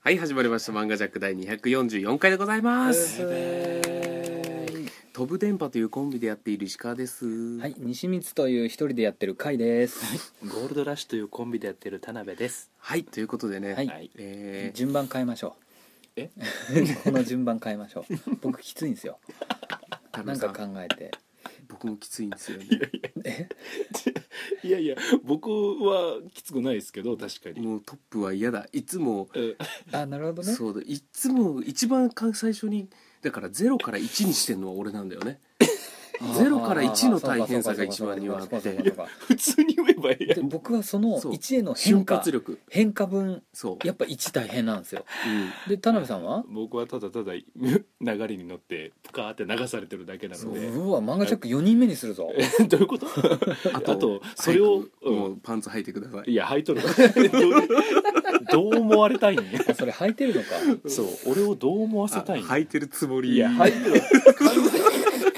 はい、始まりました。漫画ジャック第244回でございます。飛ぶ電波というコンビでやっている石川です。はい、西光という一人でやってる会です。ゴールドラッシュというコンビでやってる田辺です。はい、ということでね、はいえー順番変えましょう。え この順番変えましょう。僕きついんですよ。田辺なんさかん考えて。僕もきついんです よね。いやいや、僕はきつくないですけど、確かに。もうトップは嫌だ。いつも、うんあ、なるほどね。そうだ、いつも一番最初に、だから0から1にしてるのは俺なんだよ ね。0から1の大変さが一番にはあってそうかそうかそうかそ普通うかそうかそうかに言えばいいやで僕はそのそう1への変瞬化発力。変化分そう。やっぱ1大変なんですよ。うんで田辺さんは？僕はただただ流れに乗って、ぷかーって流されてるだけなうので。わ、漫画チャック4人目にするぞ。えどういうことあとそれを早、くもうパンツ履いてくださうんいい。や履いとるどうどう思われたいんやあそれ履いてるの か。そう俺をどう思わせあたいん履いてるつもり。いや履いてる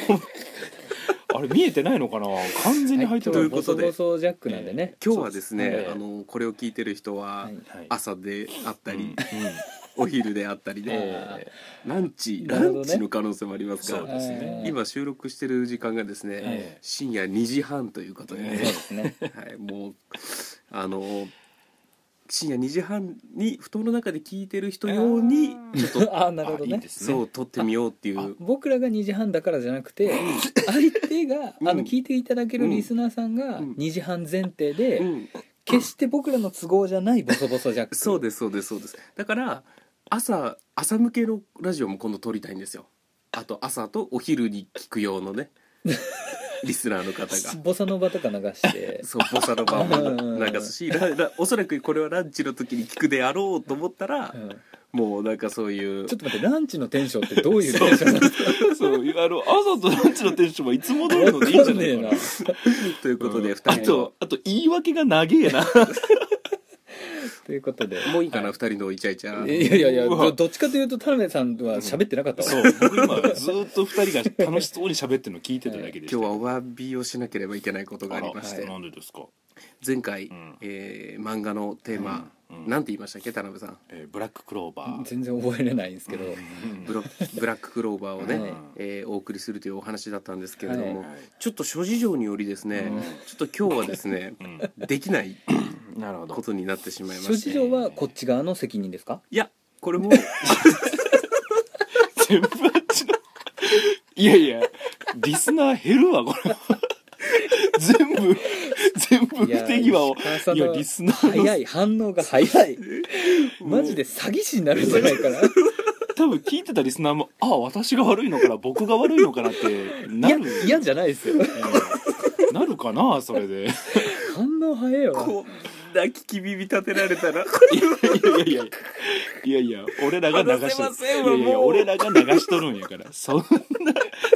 あれ見えてないのかな完全に履いてとる、いはうことでボソボソジャックなんでね。今日はですね、そうですねあのこれを聞いてる人は、はいはい朝であったうんうんり、お昼であったりで、あーランチ、なラるほどンねチの可能性もありますそが、うですえねー今収録してる時間がですね、ええ深夜2時半ということでそうねで、すね。 はい、もうあの深夜2時半に布団の中で聞いてる人用にちょっとあ、なるほどあいいねで。すねそう撮ってみようっていう。僕らが2時半だからじゃなくて相手があうんの聞いていただけるリスナーさんがうん2時半前提うでん、決して僕らの都合じゃないボソボソジャックそうですそうですそうですだから朝朝向けのラジオも今度撮りたいんですよあと朝とお昼に聞く用のねリスナーの方がボサノバとか流して そうボサノバもうん流すしララおそらくこれはランチの時に聞くであろうと思ったら、うんもうなんかそういうちょっと待ってランチのテンションってどういうテンションなんですかそうあの朝とランチのテンションはいつも通りのでいいんじゃないかなわかんねということでうん2あ人のとあと言い訳が長えなということでもういいかな、二2人のイチャイチャいやいやいうやわどどっちかというと田辺さんは喋ってなかったわそう僕今ずっと二人が楽しそうに喋ってるの聞いてただけでした今日はお詫びをしなければいけないことがありまして、あらなんでですか前回、うんえー漫画のテーマ、うんうんなんて言いましたっけ田辺さんえーブラッククローバー全然覚えれないんですけどブロブラッククローバーをね、はいえーお送りするというお話だったんですけれども、はいちょっと諸事情によりですね、うんちょっと今日はですねうんできないなるほことになってしまいま諸して事情はこっち側の責任ですかいやこれも全部あっちのいやいやリスナー減るわこれ全部全部不手際をいや石川さんいのやリスナー早のい反応が早いマジで詐欺師になるんじゃないかな多分聞いてたリスナーもああ私が悪いのかな僕が悪いのかなってないるや嫌じゃないですようんなるかなそれでい反応早いわこんな聞き耳立てられたらやいやいやいやいや俺らが流しと話せませんるいやいやいわやもう俺らが流しとるんやからそんな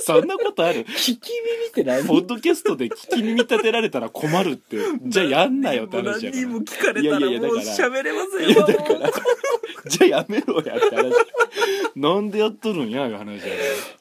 そんなことある聞き耳って何ポッドキャストで聞き耳立てられたら困るってじゃあやんなよって話や何かにらも聞かれたらいもやいやだうから喋れませんわもうじゃあやめろやって話なんでやっとるんやいう話やか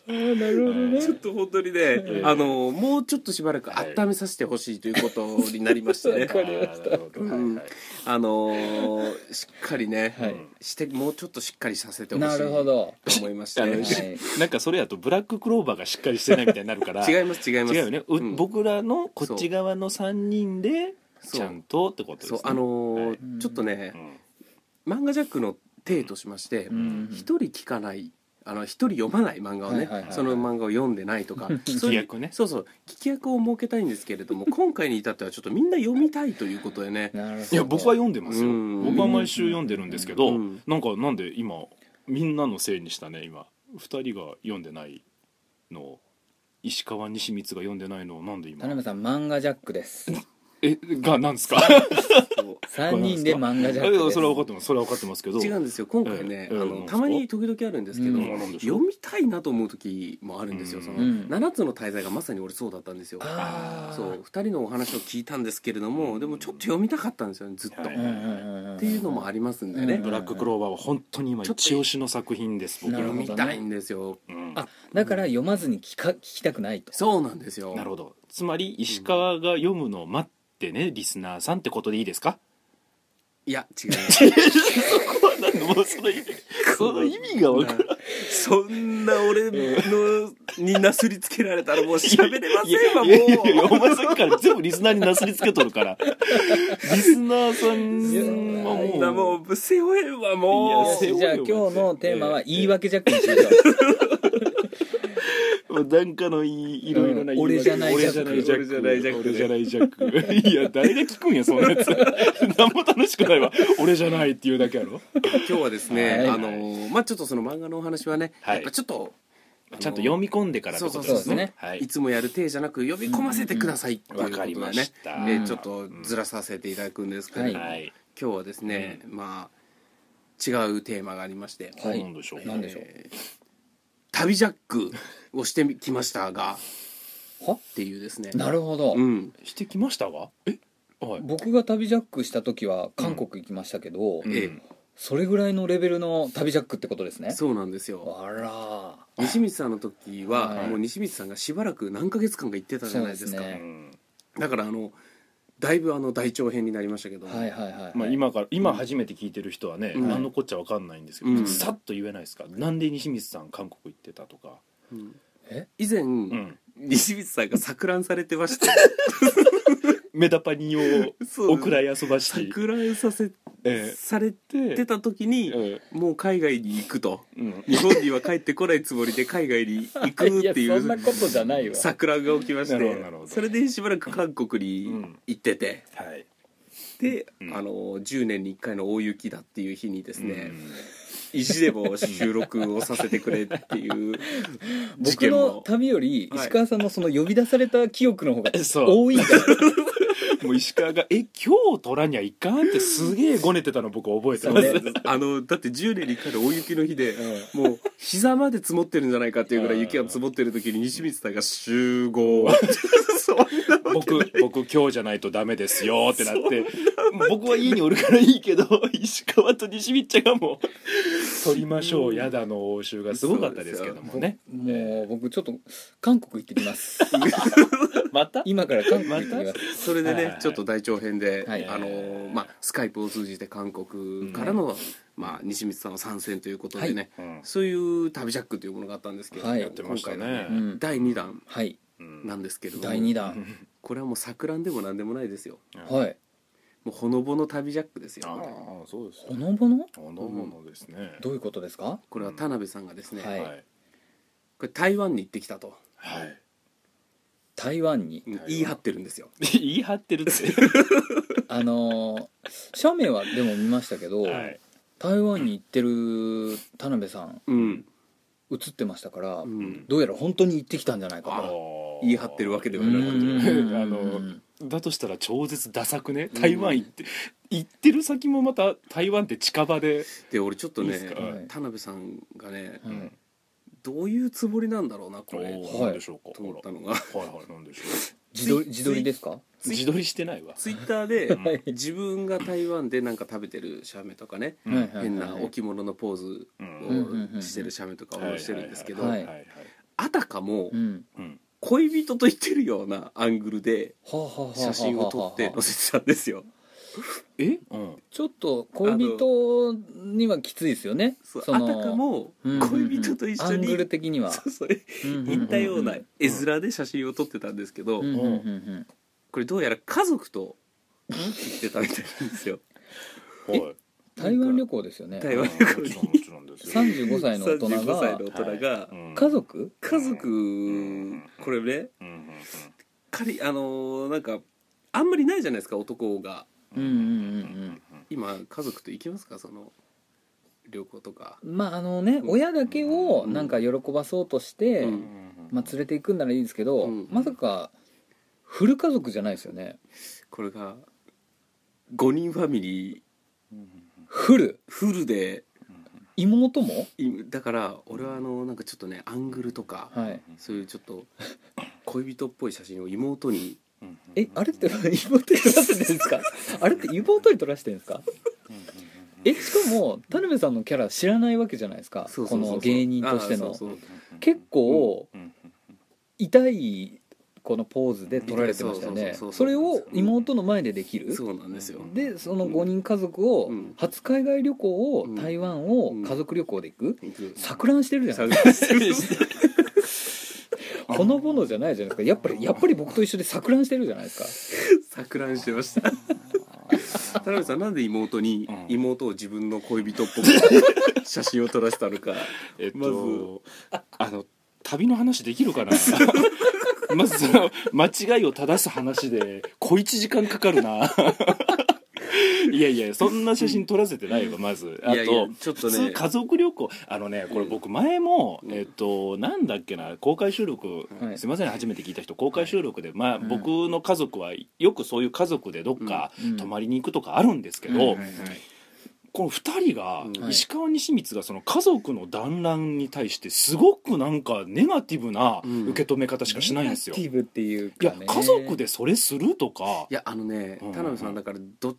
あーなるほどねちょっと本当にね、うんあのもうちょっとしばらくはい温めさせてほしいということになり ましてね、わかりましたあーなるほどうんはいはいあのーしっかりね、はいしてもうちょっとしっかりさせてほしいなるほどと思いまして、あのはいしなんかそれやとブラッククローバーがしっかりしてないみたいになるから違います違います違うよね、ううん僕らのこっち側の3人でそうちゃんとってことですそねうあのーはいちょっとうねん漫画ジャックの体としましてうん一、人聞かないあの一人読まない漫画をね、はいはいはいはいその漫画を読んでないとか聞き役ねそういうそうそう聞き役を設けたいんですけれ ども今回に至ってはちょっとみんな読みたいということでねなるほどいや僕は読んでますようん僕は毎週読んでるんですけど、うんなんかなんで今みんなのせいにしたね今2人が読んでないのを石川西光が読んでないのをなんで田今辺さん漫画ジャックですえがなんです か そう3人で漫画ジャックえですそれは分かってますそれは分かってますけど違うんですよ今回ね、ええええあなんのですたかまに時々あるんですけど、うんなんでしょ読みたいなと思う時もあるんですよ、うんそのうん7つの大罪がまさに俺そうだったんですよあーそう2人のお話を聞いたんですけれども、うんでもちょっと読みたかったんですよねずっと、はうんいうんうんんっていうのもありますんでね、うんブラッククローバーは本当に今ちょっと一押しの作品です僕なるら読ほどのみたいんですようんあだから読まずに聞か聞きたくないとそうなんですよなるほどつまり石川が読むのを待ってねリスナーさんってことでいいですかいや違う そこは何でもその意味その意味が分からん そんな俺のになすりつけられたらもう喋れまいやせんわいやいやいやおもう前さっきから全部リスナーになすりつけとるからリスナーさんはそんなももうう背負えんわいやもよう背負しうじゃあよ今日のテーマは言い訳ジャックにしましょうなんかのいいろいろなうん俺じゃない俺じゃないジャック俺俺じじゃゃないジャックいや誰が聞くんやそん なやつ何も楽しくないわ俺じゃないっていうだけやろ今日はですね、はいあのーまあちょっとその漫画のお話はね、はいやっぱちょっとあのーちゃんと読み込んでからってことですそうそうそねうですねはいいつもやる体じゃなく呼び込ませてくださいっていうことわかでりね、ましたえーちょっとずらさせていただくんですけれども、ははい今日はですね、まあ違うテーマがありまして、はなんでしょういなんでしょうえー旅ジャックをしてみきましたがはっていうですねなるほど、うんしてきましたがえはい僕が旅ジャックした時は韓国行きましたけど、んええそれぐらいのレベルの旅ジャックってことですねそうなんですよあら西光さんの時は、はいもう西光さんがしばらく何ヶ月間か行ってたじゃないですかそうですねうんだからあのだいぶあの大長編になりましたけど、はいはいはい、まあ、今から今初めて聞いてる人はね、うん何のこっちゃ分かんないんですけど、うんさっと言えないですかなんで西光さん韓国行ってたとか、うんえ以前、うん、西光さんが錯乱されてましてメダパニをそうお蔵遊ばし錯乱させえされえてた時に、えもう海外に行くとえうん日本には帰ってこないつもりで海外に行くっていうことじゃな いわ錯乱が起きましなるてほどなるほどそれでしばらく韓国に行ってて、はいで、うんあの10年に1回の大雪だっていう日にですね、うん意地でも収録をさせてくれっていう事僕件のも旅よりはい石川さんのその呼び出された記憶の方がえそう多いんだよ、もう石川が「え今日取らにゃいかん」ってすげえごねてたの僕覚えてそまうす、ね あのだって10年に1回の大雪の日でもう膝まで積もってるんじゃないかっていうぐらい雪が積もってる時に西光さんが「集合」そんなわけ僕僕今日じゃないとダメですよってなって僕は家におるからいいけど石川と西光ちゃんがもう「取りましょうやだ」の応酬がすごかったですけどもねもう僕ちょっと韓国行って きますまた今から韓国行ってきますそれでね、はいちょっと大長編で、はいあのーまあ、スカイプを通じて韓国からの、まあ、西光さんの参戦ということでね、うんそういう「旅ジャック」というものがあったんですけど、は今いや回ってましたねのうん第2弾はいうんなんですけれども第2弾これはもう錯乱でもなんでもないですよはいもうほのぼの旅ジャックですあよあそうですほのぼのおのものですね、どういうことですかこれは田辺さんがですね、はいはいこれ台湾に行ってきたとはい台湾にうん湾言い張ってるんですよ言い張ってるってあのー写メはでも見ましたけど、はい台湾に行ってる田辺さんうん、写ってましたから、うん、どうやら本当に行ってきたんじゃないかあとー言い張ってるわけでうはなくんあのだとしたら超絶ダサくね台湾行って、行ってる先もまた台湾って近場で、で俺ちょっといいねっすかはい田辺さんがねうんどういうつもりなんだろうなここれれーなんでしょうかと思ったほのがらはいはいなんでしょう自撮り自撮りですかツイ自撮りしてないわ ツイッターでんはい自分が台湾でなんか食べてるシャメとかねうんはいはい変な置物のポーズをしてるシャメとかをしてるんですけどはいあたかもうんうん恋人と言ってるようなアングルではあはあはあはあはあ写真を撮って載せてたんです よ。え、うん、ちょっと恋人にはきついですよねそうそあのたかも恋人と一緒うんうんうんアングルに的には そうそれ似たような絵面で写真を撮ってたんですけどうんうんうんうんこれどうやら家族と行ってたみたいなんです よ。はい台湾旅行ですよね台湾うんもちろんもちろんですよ35歳の大人35歳のが大人がうん家族家族これねうんうんうん仮あのーなんかあんまりないじゃないですか男がうんうんうん今家族と行きますかその旅行とかうんまああのね親だけをなんか喜ばそうとして、うんまあ、連れて行くんならいいですけど、うんまさかフル家族じゃないですよねこれが5人ファミリーフルフルで妹もいだから俺はあのなんかちょっとねアングルとか、はいそういうちょっと恋人っぽい写真を妹にえあれって妹に撮らせてるんです かあれって妹に撮らせてるんですかえしかも田辺さんのキャラ知らないわけじゃないですかそうそうそうそうこの芸人としてのあそうそう結構痛いこのポーズで撮られてましたよねそうそうそうそうそれを妹の前でできるそうなんですよでその5人家族を、うん初海外旅行を、うん台湾をうん家族旅行で行くさ錯乱してるじゃないですかほのぼのじゃないじゃないですかやっぱりやっぱり僕と一緒で錯乱してるじゃないです錯乱してました田辺さんなんで妹に、うん妹を自分の恋人っぽく写真を撮らせたのかえっと、まずあの旅の話できるか なまずその間違いを正す話で小1時間かかるな いやいやそんな写真撮らせてないわまずあといやいやちょっと普ね通家族旅行あのねこれ僕前も、うんえっとなんだっけな公開収録、はいすいません初めて聞いた人公開収録で、まあ、うん僕の家族はよくそういう家族でどっかうん泊まりに行くとかあるんですけど、うんこの2人が、うん石川西光がその家族の団らんに対してすごくなんかネガティブなうん受け止め方しかかしないんですよ、ネガティブっていういやか、ね、家族でそれするとかいやあのねうん田辺さんだからど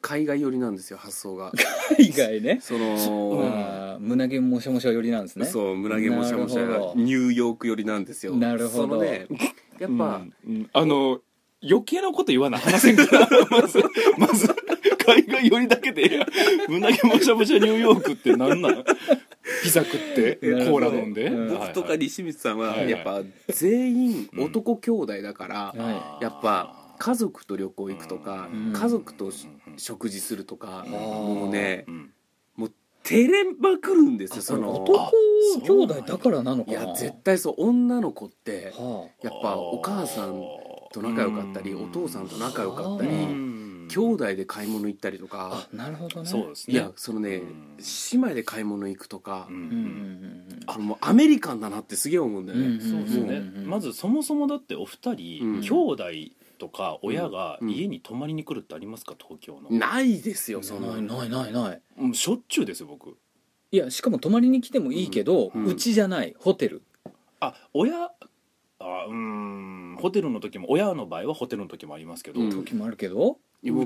海外寄りなんですよ発想 が海外ねそのあー胸毛もしゃもしゃ寄りなんですねそう胸毛もしゃもしゃなるほどニューヨーク寄りなんですよなるそほどのねやっぱ、うんうんあの余計なこと言わない話せんから まずまず海外寄りだけで胸毛もしゃもしゃニューヨークってなんなんピザ食ってコなるーほラど飲んで、うん僕とか西光さんははいはいやっぱ全員うん男兄弟だから、はいやっぱ家族と旅行行くとか、うん家族とし食事するとか、うんもうねうん照れまくるんですよその男兄弟だからなのいかなや絶対そう女の子ってはあやっぱお母さんと仲良かったりうおん父さんと仲良かったうりうん兄弟で買い物行ったりとかあなるほどねそうですいねやそのねうん姉妹で買い物行くとかうんうんうんあのもうアメリカンだなってすげえ思うんだようんねんそうですね、うんうんうんまずそもそもだってお二人、うん兄弟とか親がうん家に泊まりに来るってありますか東京の、ないですよそうんのうんないないないないうんしょっちゅうですよ僕いやしかも泊まりに来てもいいけどうんうちじゃないホテルあ親あうんホテルの時も親の場合はホテルの時もありますけど、ううん時もあるけど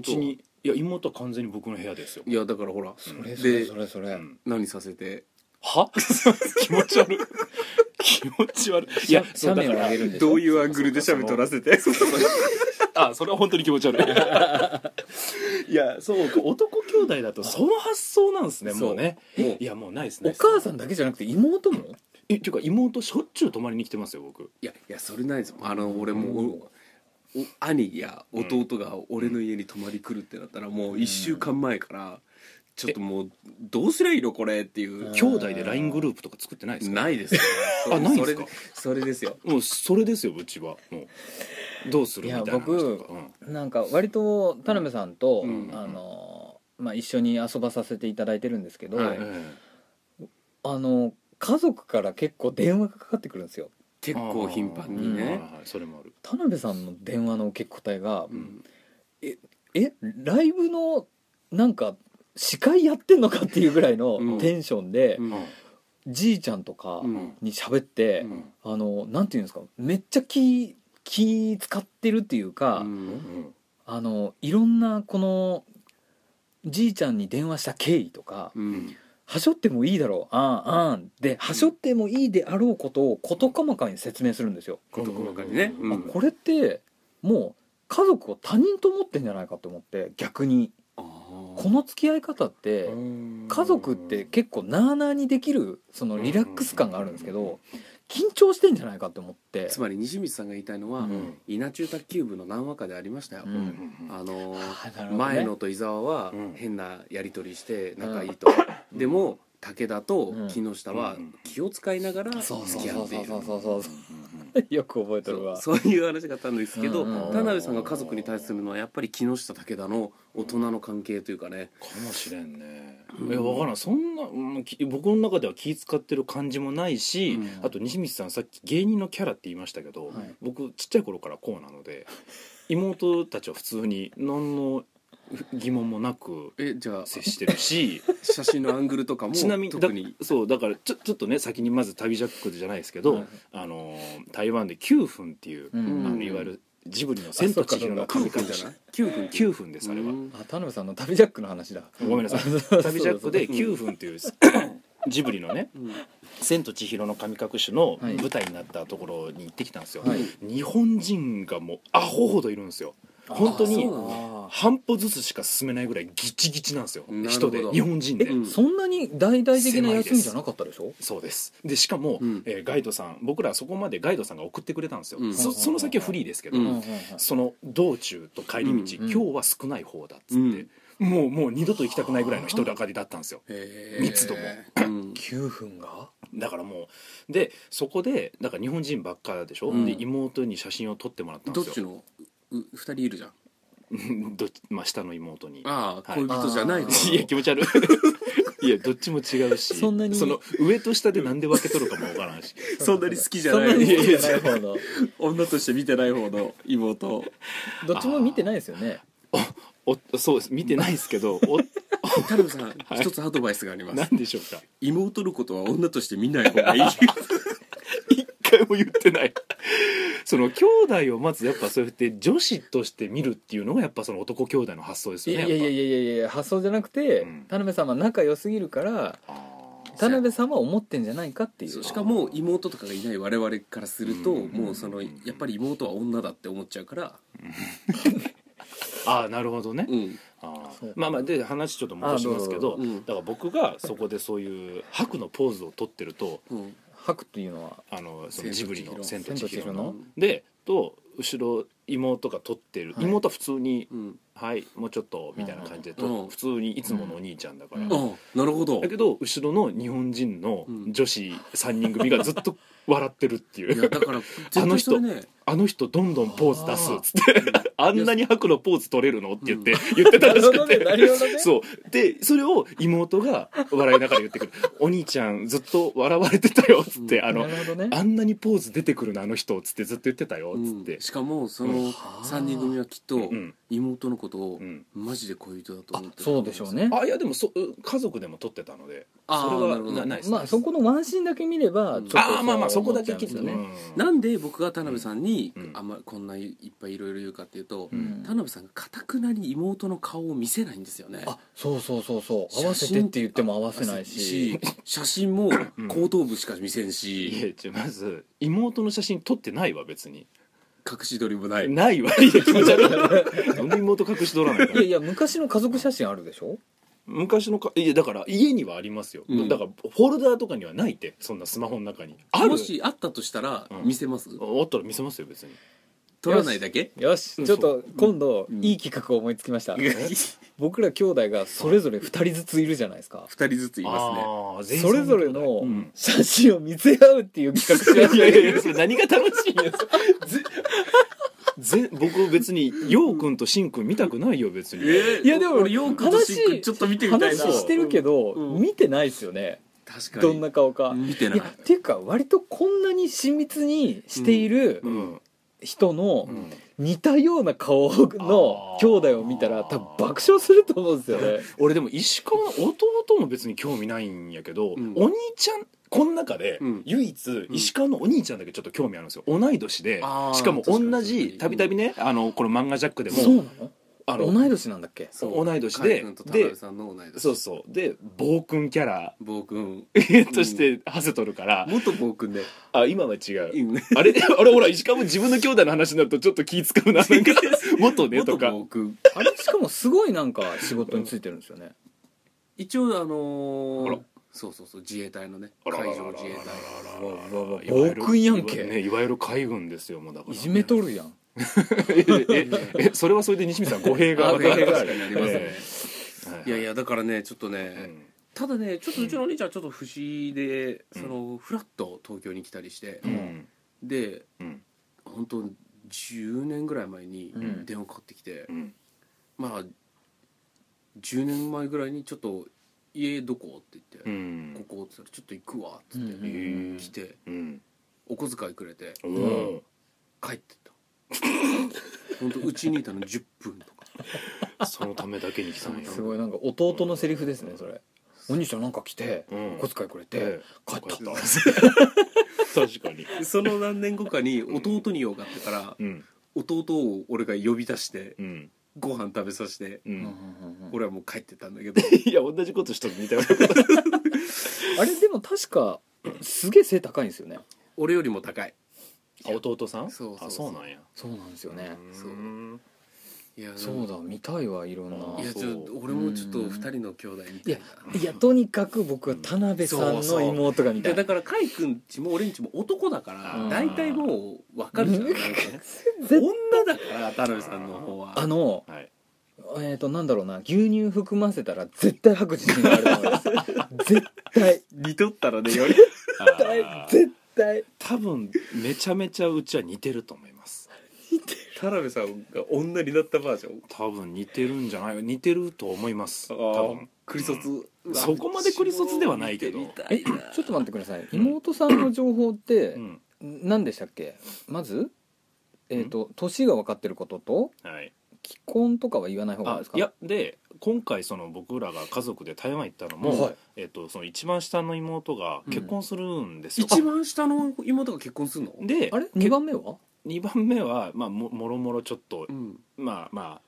ちにいや妹は完全に僕の部屋ですよいやだからほらそでれそれそれそれうん何させては 気持ち悪い気持ち悪いいや斜斜面を上げるんでしょどういうアングルで喋撮らせてあそれは本当に気持ち悪 いいやそうか男兄弟だとその発想なんですねそうもうねも ういやもうないですおね母さんだけじゃなくて妹もえっていうか妹しょっちゅう泊まりに来てますよ僕いやいやそれないですよあの俺もうおお兄や弟が俺の家に泊まり来るってなったらもう1週間前からちょっともうどうすりゃいいのこれっていううん兄弟で LINE グループとか作ってないですかないですよあないんすかそれそれですよもうそれですようちはもうどうするいみやたいな話とかうんなんか割と田辺さんとうんあのまあ一緒に遊ばさせていただいてるんですけどはいえあの家族から結構電話がかかってくるんですよ結構頻繁えにはいねはいそれもある田辺さんの電話の受け答えがううんんえライブのなんか司会やってんのかっていうぐらいのうんテンションで、うんじいちゃんとかうんに喋って、うんあのなんていうんですかめっちゃ気気使ってるっていうか、うんあのいろんなこのじいちゃんに電話した経緯とか、うんはしょってもいいだろうあんあんではしょってもいいであろうことを事細かに説明するんですよ。事細かにねうんうあんこれってもう家族を他人と思ってんじゃないかと思って逆にあこーの付き合い方って、うん家族って結構なあなあにできるそのリラックス感があるんですけど緊張してんじゃないかって思ってつまり西光さんが言いたいのはうん稲中卓球部の何話かでありましたようんあのーあーなるほどね前野と伊沢はうん変なやり取りして仲いい と、でも武田と木下はうん気を使いながら付そうそうき合そうっていうそるそうそうそうそうんうよく覚えてるわそうそういう話があったんですけど、うんうん田辺さんが家族に対するのはやっぱり木下武田の大人の関係というかね、かもしれんねうんいや分からんそんな、うん、き僕の中では気使ってる感じもないし、うんあと西光さんさっき芸人のキャラって言いましたけど、はい僕ちっちゃい頃からこうなので妹たちは普通に何の疑問もなくえじゃあ接してるし写真のアングルと かもちなみにだ特にそうだからちょちょっとね先にまず「旅ジャック」じゃないですけど、はいあのー台湾で9分っていう、うあんのいわゆるジブリの「千と千尋の神9隠分しじゃない9分」 9分ですあれは。うんあ田辺さんの旅ジャックの話だ ごめんなさい「旅ジャック」で9分っていうジブリのねうん「千と千尋の神隠し」のはい舞台になったところに行ってきたんですよ、はい日本人がもうアホほどいるんですよ本当にあそうなんだ半歩ずつしか進めないぐらいギチギチなんですよなるほ人どで日本人で、うんそんなに大々的な休みじゃなかったでしょそうですでしかも、うんえーガイドさん僕らそこまでガイドさんが送ってくれたんですよ、うんそその先はフリーですけど、うんその道中と帰り道、うん今日は少ない方だっつって、もうもう二度と行きたくないぐらいの人だかりだったんですよへー密度も うん9分がだからもうでそこでだから日本人ばっかでしょ、うんで妹に写真を撮ってもらったんでどっすよちのう二人いるじゃんうん どっちまあ、下の妹にああはい恋人じゃないのあーいや気持ち悪い いやどっちも違うしそんなにの上と下でなんで分けとるかもわからんし そんなに好きじゃそんななにい好きじゃない方の女として見てない方の妹どっちも見てないですよねおそうです見てないですけど お田辺さんい一つアドバイスがあります何でしょうか妹のことは女として見ない方がいい一回も言ってないその兄弟をまずやっぱそうやって女子として見るっていうのがやっぱその男兄弟の発想ですいよやねいやいややっいやいやいや発想じゃなくて、うん田辺さんは仲良すぎるからぱ田辺さんは思ってんじゃないかってい うそうしかも妹とかがいない我々からするとうんもうそのやっぱり妹は女だって思っちゃうからあーあーなるほどね、うんあーそうまあまあで話ちょっと戻しますけあどどうぞうんだから僕がそこでそういう白のポーズを取ってるとうん白っていうのはあのそのジブリの「千千と千と千尋尋」うのんでと後ろ妹が撮ってる、はい妹は普通にうん「はいもうちょっと」みたいな感じで撮っ、うん普通にいつものお兄ちゃんだから、うんあなるほどだけど後ろの日本人のうん女子3人組がずっと笑ってるっていいやうだから絶対それねあの人どんどんポーズ出すっつって「 あんなに白のポーズ取れるの?」って言って言ってたならるしほくどねてなるほどねそうでそれを妹が笑いながら言ってくる「お兄ちゃんずっと笑われてたよ」っつって「うんあのなるほどねあんなにポーズ出てくるのあの人」っつってずっと言ってたよっつっうてん、しかもそうの三人組はきっとうん妹のことをうんマジで恋人だと思ってるそうでしょうねあいやでもそ家族でも撮ってたのであそーれなはるほどなないですまあそこのワンシーンだけ見ればうんちょっとああまあまあそこだけ聞い聞ていてねねなんで僕が田辺さんに、うんあんまこんないっぱいいろいろ言うかっていうと、うん田辺さんがかたくなに妹の顔を見せないんですよねあそうそうそうそう合わせてって言っても合わせないし写真も後頭部しか見せんいし、やじゃあまず妹の写真撮ってないわ別に隠し撮りもない、ないわいや気持ち 悪いなんで妹隠し撮らないか らいやいや昔の家族写真あるでしょ昔のかいやだから家にはありますよ、うんだからフォルダーとかにはないってそんなスマホの中にあるもしあったとしたらうん見せます、あったら見せますよ別に撮らないだけよしちょっと今度いい企画を思いつきました2僕ら兄弟がそれぞれ2人ずついるじゃないですか人ずついますねあー全員それぞれうのん写真を見せ合うっていう企画しましいたやいやいやそれ何が楽しいんや ぜぜ僕別に陽君としんくん見たくないよ別に、いやでも俺よくとしんくんちょっと見てみたい話なしてるけど、うん見てないですよね確かにどんな顔か、見てないいやっていうか割とこんなに親密にしているうん人のうん似たような顔の兄弟を見たら多分爆笑すると思うんですよね俺でも石川の弟も別に興味ないんやけど、うんお兄ちゃんこの中でうん唯一石川のお兄ちゃんだけちょっと興味あるんですよ同い年であーしかも確かに同じ確たかびにたびねあのこの「漫画ジャック」でそうもなのあの同い年なんだっけそう同い年で海君と田辺さんの同い年そうそうで暴君キャラ暴君 として馳せとるから、元暴君であ今は違う今あれ あれほら石川も自分の兄弟の話になるとちょっと気使うななん か元ねと元か暴君あれしかもすごいなんか仕事についてるんですよね一応ああのらーそうそうそう自衛隊のねあらら海らら上自衛隊暴君やんけいわゆるねいわゆる海軍ですよもうだからいじめとるやんえええそれはそれで西見さん語弊があまた 語弊があるええなりますねはいはいいやいやだからねちょっとね、うんただねちょっとうちのお兄ちゃんちょっと不思議で、そのフラッと東京に来たりして、うんでうん本当10年ぐらい前にうん電話かかってきてう、んまあ10年前ぐらいにちょっと家どこって言って、うんここって言ったらちょっと行くわって言って、うん来てうんお小遣いくれておー帰ってった本当うちにいたの10分とかそのためだけに来たんやすごいなんか弟のセリフですねそれお兄ちゃんなんか来てうんお小遣いくれてえ帰った帰った確かにその何年後かに弟に用があってからうん弟を俺が呼び出してうんご飯食べさせてううんんうんうんうん俺はもう帰ってたんだけどいや同じことしとるみたいなことあれでも確かすげえ背高いんですよね俺よりも高い弟さんそうそうそうあそうなんやそうなんですよねそううんいやそうだ見たいわいろんないやちょっと俺もちょっと二人の兄弟みたいないやとにかく僕は田辺さんの妹が見たでいだから甲斐くんちも俺んちも男だからうん大体もう分かるじゃんうんなんかね絶女だから田辺さんの方はあのはいえっ、となんだろうな牛乳含ませたら絶対白人になると思います絶対似とったらねよりあー絶対多分めちゃめちゃうちは似てると思います田辺さんが女になったバージョン多分似てるんじゃない似てると思います多多分分クリソツ、うわそこまでクリソツではないけど見てみたえいちょなっと待ってください妹さんの情報ってうん何でしたっけまずえっ、と年が分かってることとはい既婚とかは言わない方がいいあですかいやで今回その僕らが家族で台湾行ったのも、はいえっとその一番下の妹が結婚するんですよ、一番下の妹が結婚するのであれ2番目は2番目は、まあ、ももろもろちょっと、うん まあま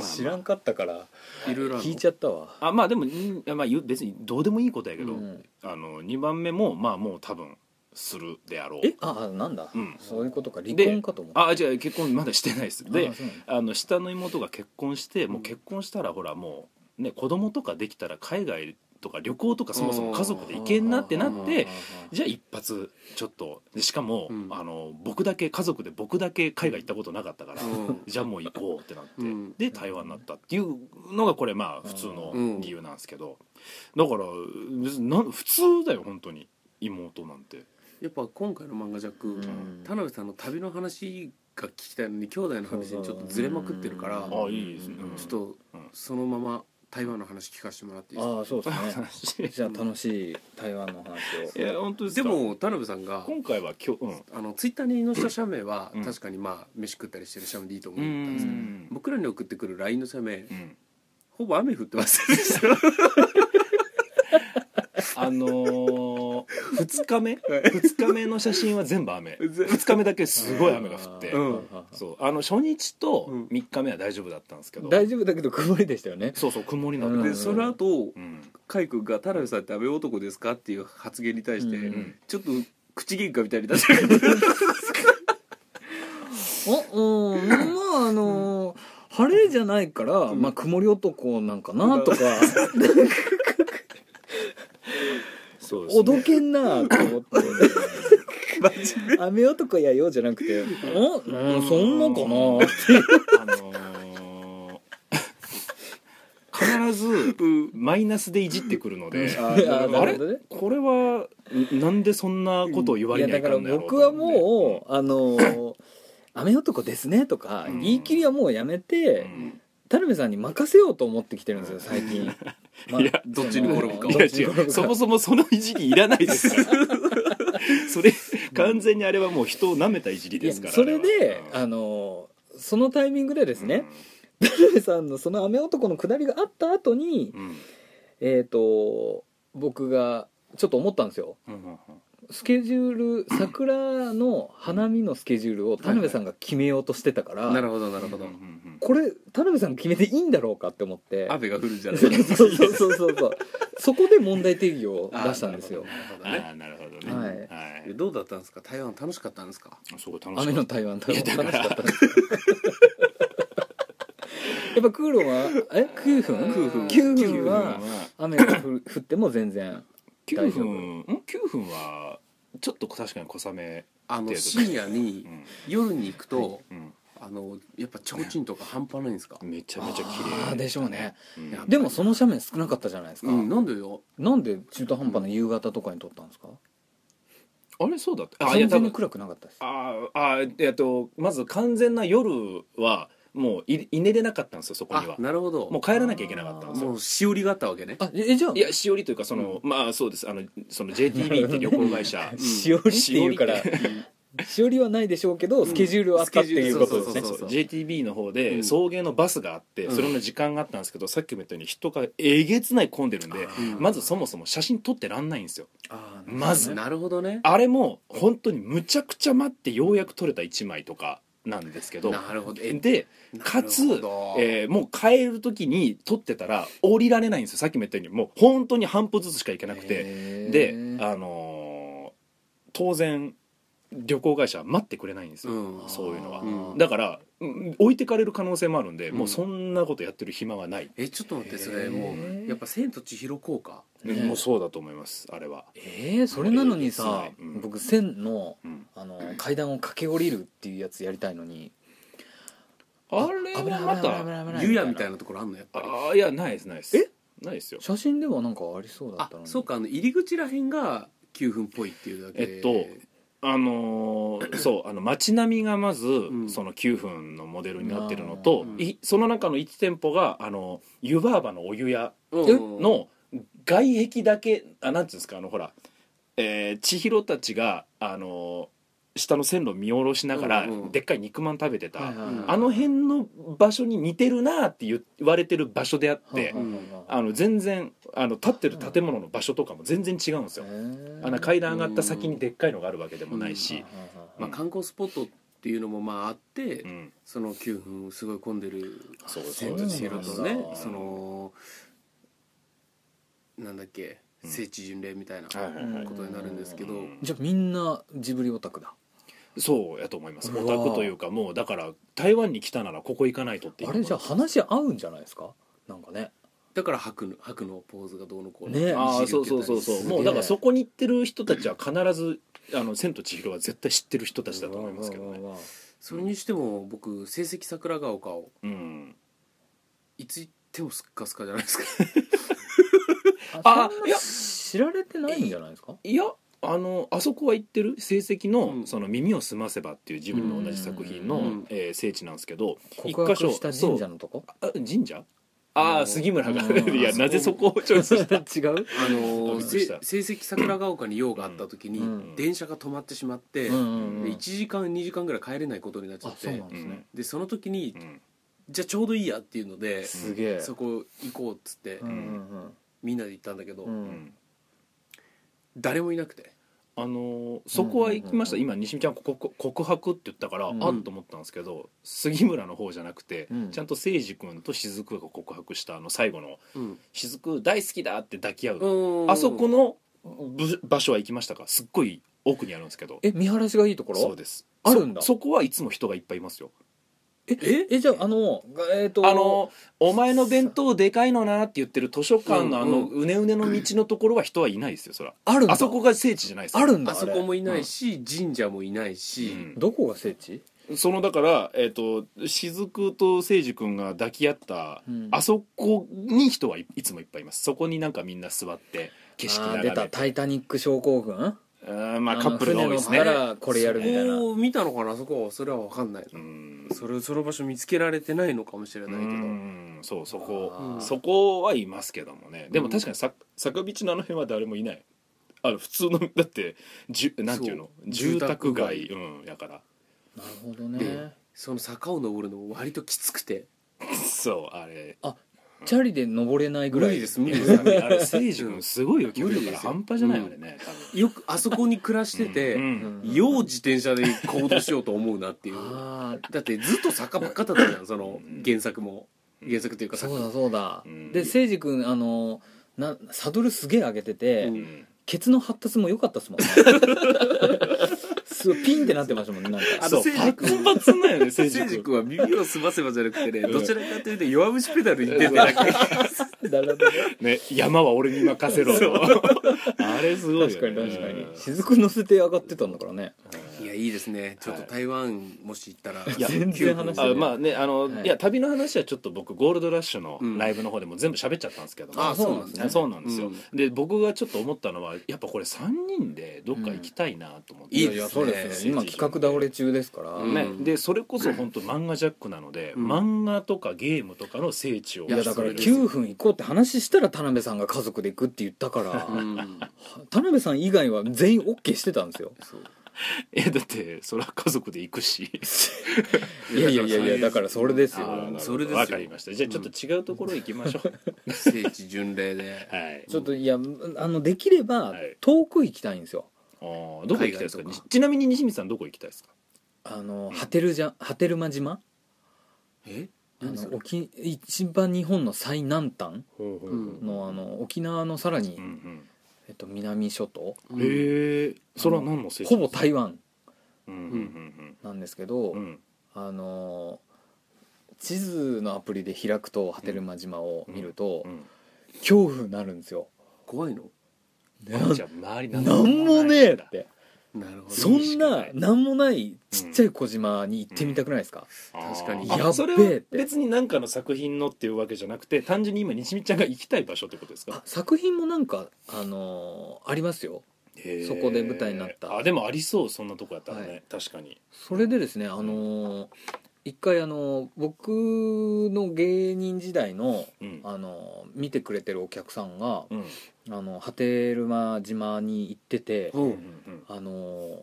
あ知らんかったからいろいろあるの聞いちゃったわああまあでも、んまあ、言う別にどうでもいいことやけど、うんあの2番目もまあもう多分するであろうえああなんだ、うんそういうことか離で婚かと思ったあじゃあ結婚まだしてないですであそうなんだあの下の妹が結婚してもう結婚したらほらもうね子供とかできたら海外とか旅行とかそもそも家族で行けんなってなってじゃあ一発ちょっとでしかも、うんあの僕だけ家族で僕だけ海外行ったことなかったから、うんじゃあもう行こうってなって、うんで台湾になったっていうのがこれまあ普通の理由なんですけど、だから別にな普通だよ本当に妹なんてやっぱ今回の「漫画ジャック」うん田辺さんの旅の話が聞きたいのに兄弟の話にちょっとずれまくってるからうんちょあいいですねうんっとそのまま台湾の話聞かせてもらっていいですかああそうで すねじゃあ楽しい台湾の話をいや本当ですでかも田辺さんが今回は今日うんあのツイッターに載せた写メはうん確かにまあ飯食ったりしてる写メでいいと思ううんですけどん僕らに送ってくる LINE の写メうんほぼ雨降ってますでしたあのー、2日目2日目の写真は全部雨2日目だけすごい雨が降って、うんそうあの初日とうん3日目は大丈夫だったんですけど、大丈夫だけど曇りでしたよねそうそう曇りなのうんでその後うん海君が「田辺さんって雨男ですか?」っていう発言に対してうんちょっと口喧嘩みたいになってるおうんまああのー晴れじゃないから、まあ、曇り男なんかなとか、そうですねおどけんなと思って真面目雨男やよじゃなくて「おうんそんなかな」あのー必ずうんマイナスでいじってくるのでああ ーあーなれるほどねこれはんなんでそんなことを言われいやにゃだいかかんらのやろ僕はうと思もうあのー「雨男ですね」とかうん言い切りはもうやめて、って田辺さんに任せようと思ってきてるんですよ最近、まあいやどっちに転ぶかいそのやどっち違に転ぶうかそもそもそのいじりいらないですからそれ完全にあれはもう人を舐めたいじりいでやすからそれであれはあのーそのタイミングでですね、田辺さんのその雨男のくだりがあった後にうんえっ、と僕がちょっと思ったんですようんうんスケジュール桜の花見のスケジュールを田辺さんが決めようとしてたから、なるほどなるうんほどうんうんこれ田辺さんが決めていいんだろうかって思って雨が降るんじゃないそう そうそうそうそうそうそこで問題定義を出したんですよなるほどあなるほあなるほどねはいどねいどうだったんですか台湾楽しかったんですかすごい楽雨しかのった台湾楽しかったですやっぱクーロンはえ9分9分9九分は雨が降る降っても全然9分ん九分はちょっと確かに小雨あ程の度深夜うにん夜に行くとうんあのやっぱ提灯とか半端ないんですかめちゃめちゃ綺あ麗ーでしょうねうんやっぱでもその斜面少なかったじゃないですか、うんなんでよなんで中途半端な夕方とかに撮ったんですかあれそうだったあいや完多全に分暗くなかったですあーあーえっとまず完全な夜はもういいねれなかったんですよそこにあはなるほどもう帰らなきゃいけなかったんですもようしおりがあったわけねあえじゃあいやしおりというかその、まあそうですあのその JTB って旅行会 社んしおりっていうからしおりはないでしょうけどスケジュールはあったっていうことですスケジュールねそそううそう JTB の方うでん送迎のバスがあって、うんそれの時間があったんですけどさっきも言ったように人がえげつない混んでるんでうんまずそもそも写真撮ってらんないんですよあまずなるほどねあれも本当にむちゃくちゃ待ってようやく撮れた1枚とかなんですけどなるほどえでかつなるほど、えーもう帰る時に取ってたら降りられないんですよさっきも言ったようにもう本当に半歩ずつしか行けなくてであのー当然旅行会社は待ってくれないんですよ、うんそういうのはうんだからうん置いてかれる可能性もあるんで、うんもうそんなことやってる暇はない、えちょっと待ってそれへーもうやっぱ「千と千尋」効果ねもうそうだと思いますあれは、えー、それなのにそうさですねうん僕線のうんあの階段を駆け下りるっていうやつやりたいのにあれ危なはいま危ない危たない危ない湯屋みたいなところあんのやっぱりああいやないですないですえないですよ写真ではなんかありそうだっあたのにそうかあの入り口らへんが9分っぽいっていうだけでえっとあの ーそうあの街並みがまず、んその9分のモデルになってるのと、うんいその中の1店舗があの湯婆婆のお湯屋うんの外壁だけあなんていうんですかあのほら、えー千尋たちがあのー下の線路見下ろしながら、うんうんでっかい肉まん食べてた、はいはいはいあの辺の場所に似てるなって言われてる場所であって、うんあの全然あの立ってる建物の場所とかも全然違うんですよ、あの階段上がった先にでっかいのがあるわけでもないし、まあ、観光スポットっていうのもまああって、うんその9分すごい混んでるそうそう千と千尋とねそうそのなんだっけうん聖地巡礼みたいなはいはいはいことになるんですけど、うんじゃあみんなジブリオタクだそうやと思いますうわオタクというかもうだから台湾に来たならここ行かないとっていうあれじゃあ話合うんじゃないですかなんかねだから白の白のポーズがどうのこうのねああそうそうそうすそうげえもうだからそこに行ってる人たちは必ず「あの千と千尋」は絶対知ってる人たちだと思いますけどねうわうわうわそれにしても僕成績桜ヶ丘をうんいつ行ってもすっかすかじゃな いですかああそんないや知られてないんじゃないですかいやあのあそこは行ってる成績の「うんその耳をすませば」っていうジブリの同じ作品の、うんえー聖地なんですけど告一箇所白した神社のとこあ神社あうあん杉村が、うん いやなぜそこをチョイスした 違うあのびっくりせした成績桜ヶ丘に用があった時に、うん電車が止まってしまって、うんうんうでん1時間2時間ぐらい帰れないことになっちゃあっそうてなんですねでその時にうんじゃあちょうどいいやっていうので、すげえそこ行こうっつって、うんうんみんなで行ったんだけど、ううんうんん誰もいなくてあのーそこは行きました、うんう今西見ちゃんここ告白って言ったから、うんあっと思ったんですけど杉村の方じゃなくて、うんちゃんと誠司君と雫が告白したあの最後のうん「雫大好きだ!」って抱き合う、ああそこのぶ場所は行きましたかすっごい奥にあるんですけどえ見晴らしがいいところそうですあるんだそそこはいつも人がいっぱいいますよええじゃああのえっ、とあの「お前の弁当でかいのな」って言ってる図書館のあうのんうねうねの道のところは人はいないですよそらあるんだあそこが聖地じゃないですよあるんだあそこもいないし、し、神社もいないうし、んどこが聖地そのだから、えっと雫と誠司君が抱き合った、うんあそこに人はい、いつもいっぱいいますそこになんかみんな座って景色あー眺出めた「てタイタニック症候群」あーまあのカップルが多いですね船のからこれやるみたいなそこを見たのかなそこはそれは分かんないなうんそれその場所見つけられてないのかもしれうないけど、んそうそこあーそこはいますけどもねでもうん確かにさ坂道のあの辺は誰もいないあの普通の だってじゅなんていうのそう住宅街住うんやから なるほどでねその坂を登るのも割ときつくてそうあれチャリで登れないぐ無らい理です無理ですあれ誠司君すごいよ距離だから半端じゃないあれね多分よくあそこに暮らしてて、うんうんよう自転車で行動しようと思うなっていうああだってずっと坂ばっかだったじゃんそのうん原作も原作というかさそうだそうだ、うんで誠司君あのなサドルすげえ上げてて、うんうんケツの発達も良かったっすもんねすごいピンってなってましたもんねなんあのかそう聖司パツ君パツなんよね聖聖司司君君は耳をすませばじゃなくてねんどちらかというと弱虫ペダルに出てたけだらだらね山は俺に任せろそう あれすごい確よかねに確かに雫乗せて上がってたんだからねいやいいですねちょっとはい台湾もし行ったらいや全然話してないあまあねあの、はいい、や旅の話はちょっと僕ゴールドラッシュのライブの方でも全部喋っちゃったんですけども、あそうなんですねそうなんですよ、うで僕がちょっと思ったのはやっぱこれ3人でどっか行きたいなと思って、いいやですねやそうですよ今企画倒れ中ですから、うんね、でそれこそ本当漫画ジャックなので、うん漫画とかゲームとかの聖地をいやだからそれ9分行こうって話したら田辺さんが家族で行くって言っ たからうん田辺さん以外は全員 OK してたんですよそうえだってそれは家族で行くしいやいやいやいやだからそれですあよーなるほどそれですよわかりましたじゃあちょっと違うところ行きましょう、聖地巡礼ではいちょっといやあのできればはい遠く行きたいんですよ、あーどこ行きたいですか海外とかちなみに西光さんどこ行きたいですかあの波照じゃ波照間島えあ何そのれ沖一番日本の最南端ほうほううんのあの沖縄のさらに、うんえっと、南諸島うんへえそれは何のせいほぼ台湾うんうんなんですけど、うんうんあの地図のアプリで開くと波照間島を見ると、うん恐怖になるんですよ。怖いのうんじゃあ周りな何んもねえってなるほどそんななんもないちっちゃい小島に行ってみたくないですか、確かにあやっべーそれはって別に何かの作品のっていうわけじゃなくて単純に今西見ちゃんが行きたい場所ってことですあか作品もなんか、あのーありますよへーそこで舞台になったあでもありそうそんなとこやったらね、はい確かにそれでですね、あのー一回、あのー僕の芸人時代の、うんあのー見てくれてるお客さんが、うんあの波照間島に行ってて、ううんんあのー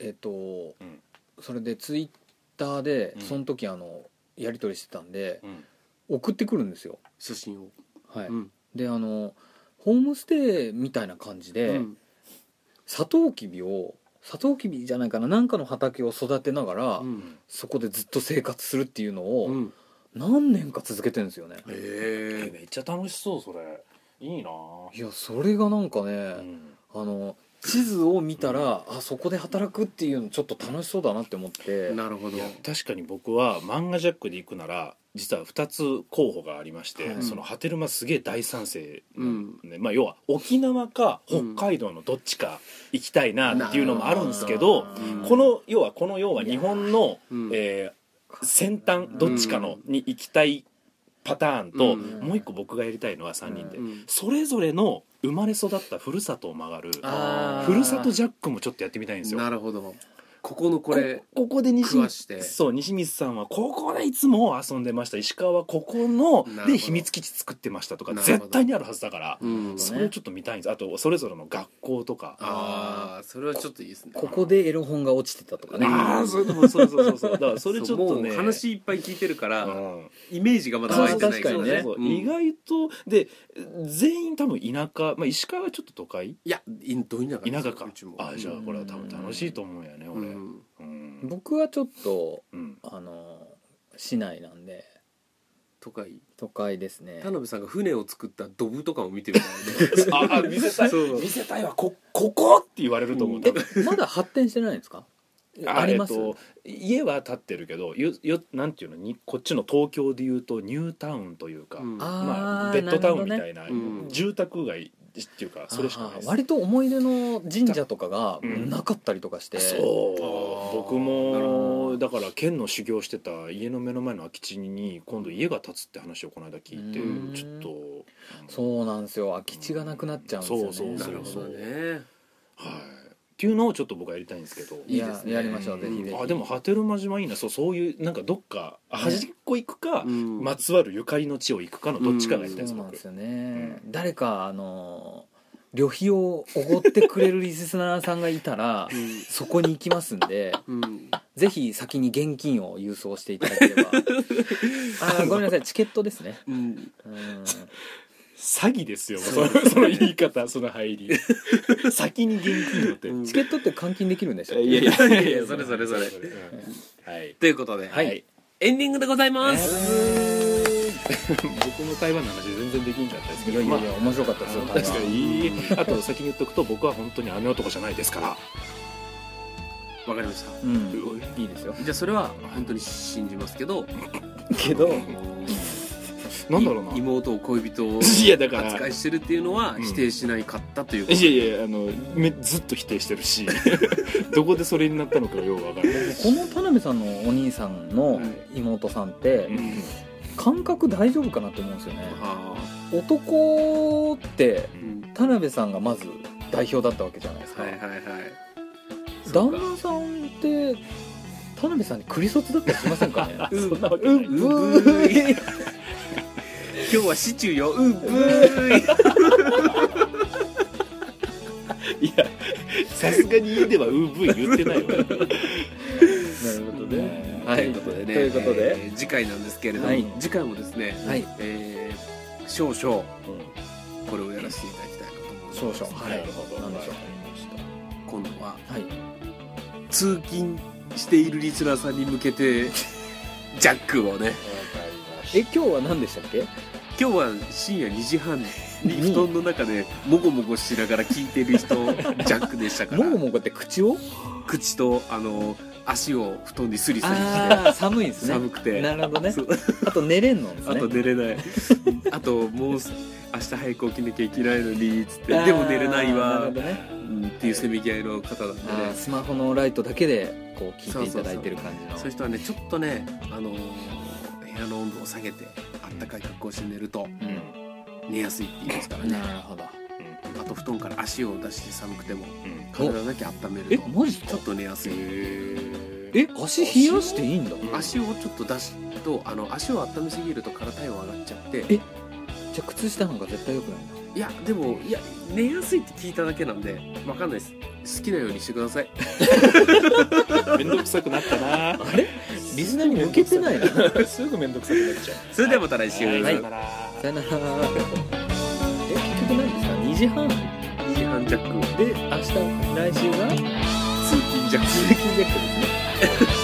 えっ、と、うんそれでツイッターでうんその時、あのやり取りしてたんでうん送ってくるんですよ。写真をはいうんであのホームステイみたいな感じうで、んサトウキビをサトウキビじゃないかななんかの畑を育てながら、うんそこでずっと生活するっていうのうをん何年か続けてるんですよね、えへえめっちゃ楽しそうそれいいなぁいやそれがなんかね、うんあの地図を見たら、あそこで働くっていうのちょっと楽しそうだなって思ってなるほどいや確かに僕は漫画ジャックで行くなら実は2つ候補がありまして、はいその波照間すげえ大賛成、うんねまあ、要は沖縄かうん北海道のどっちか行きたいなっていうのもあるんですけど、うんこの要はこの要は日本の、うんえー先端どっちかのに行きたいパターンと、うんもう一個僕がやりたいのは3人で、うんそれぞれの生まれ育ったふるさとを曲がるあーふるさとジャックもちょっとやってみたいんですよ。なるほどここのこれこここで西食わしてそう西光さんはここでいつも遊んでました石川はここのなるほどで秘密基地作ってましたとかなるほど絶対にあるはずだから、うんそれをちょっと見たいんですあとそれぞれの学校とかあああそれはちょっといいですねここでエロ本が落ちてたとかねあーそういうのそう そうそうそうだからそれちょっとねもう話いっぱい聞いてるかうらんイメージがまだそう湧そういてないから確かにねそうそううん意外とで全員多分田舎、まあ、石川はちょっと都会いやいど田舎で田す舎かうちもあーじゃあこれは多分楽しいと思うんやねう俺うんんうん、僕はちょっとうん、あの市内なんでとかいい都会ですね田辺さんが船を作ったドブとかを見てみたいねああ見せたいそう見せたいわこここって言われると思う、多分えまだ発展してないんですかあります、えっと家は建ってるけどよよなんていうのにこっちの東京でいうとニュータウンというか、うんあまーあ、ベッドタウンみたなるいなうん住宅街っていう かそれしかないあでーす、割と思い出の神社とかがうんなかったりとかして、あーそう僕なるもだから県の修行してた家の目の前の空き地に今度家が建つって話をこの間聞いてうんちょっとそうなんですよ空き地がなくなっちゃうんですよねそうそなうるそうほどねはいっていうのをちょっと僕はやりたいんですけどいやいいですねやりましょうぜひぜひあでも波照間島いいなそうそういうなんかどっか端っこ行くか、うんまつわるゆかりの地を行くかのどっちかがやりたいです、そうなん僕ですよね、誰かあの旅費をおごってくれるリスナーさんがい たらそこに行きますんでうんぜひ先に現金を郵送していただけれ ばあーごめんなさいチケットですねうんうん詐欺ですよそそうのその言い方その入り先に現金をって、うんチケットって換金できるんでしょいやいやいやいやそれそれそれうんはいということではいエンディングでございますえー僕の台湾の話全然できんかったですけいどやいまやいや面白かったあですよ確かにあと先に言っとくと僕は本当に雨男じゃないですからわかりましたうんいいですよじゃあそれは本当に信じますけどけどなんだろうない妹を恋 人をいやだから扱いしてるっていうのはうん否定しないかったというこいとやいやあのめずっと否定してるし どこでそれになったのかようわからないこの田辺さんのお兄さんの妹さんってうん感覚大丈夫かなって思うんですよねはあ男ってうん田辺さんがまず代表だったわけじゃないですか、はいはいはい旦那さんって田辺さんにクリソツだったりしませんかねそんなわけうなんいうんぶー今日はシチューようっぶーいいやさすがに家ではウーブイ言ってないわなるほどねとはいいうことでねということでえー次回なんですけれども、はい次回もですね、はいえー少々これをやらせていただきたいかと思います少々はいなるほどなんでしょうわかりました今度ははい通勤しているリスナーさんに向けてジャックをねえ今日は何でしたっけ今日は深夜2時半に布団の中でもごもごしながら聞いてる人ジャックでしたか もらごもごって口を口とあの足を布団にスリスリしてああ寒いんですね寒くてなるほどねそうあと寝れんのですあねと寝れないあともうす明日早く起きなきゃいけないのに つってあーでも寝れないなわるほどねうんっていうせめぎ合いの方なんでねあースマホのライトだけでこう聞いていただいてる感じのそういう人はねちょっとねあのー部屋の温度を下げてあったかい格好をして寝るとうん寝やすいって言いますからねなるほどあと布団から足を出して寒くてもうん体だけ温めるえとマジっすちょかっと寝やすいえ足冷やしていいんだうん足をちょっと出すとあの足を温めすぎると体体温上がっちゃってえじゃあ靴下の方が絶対良くないないやでもいや寝やすいって聞いただけなんでわかんないです好きなようにしてくださいめんどくさくなったなあれリスナーに向けてないな すぐめんどくさくなっちゃうそれではまた来週、はいさよならえ結局何ですか2時半2時半弱で明日来週が通勤弱通勤ジャックですね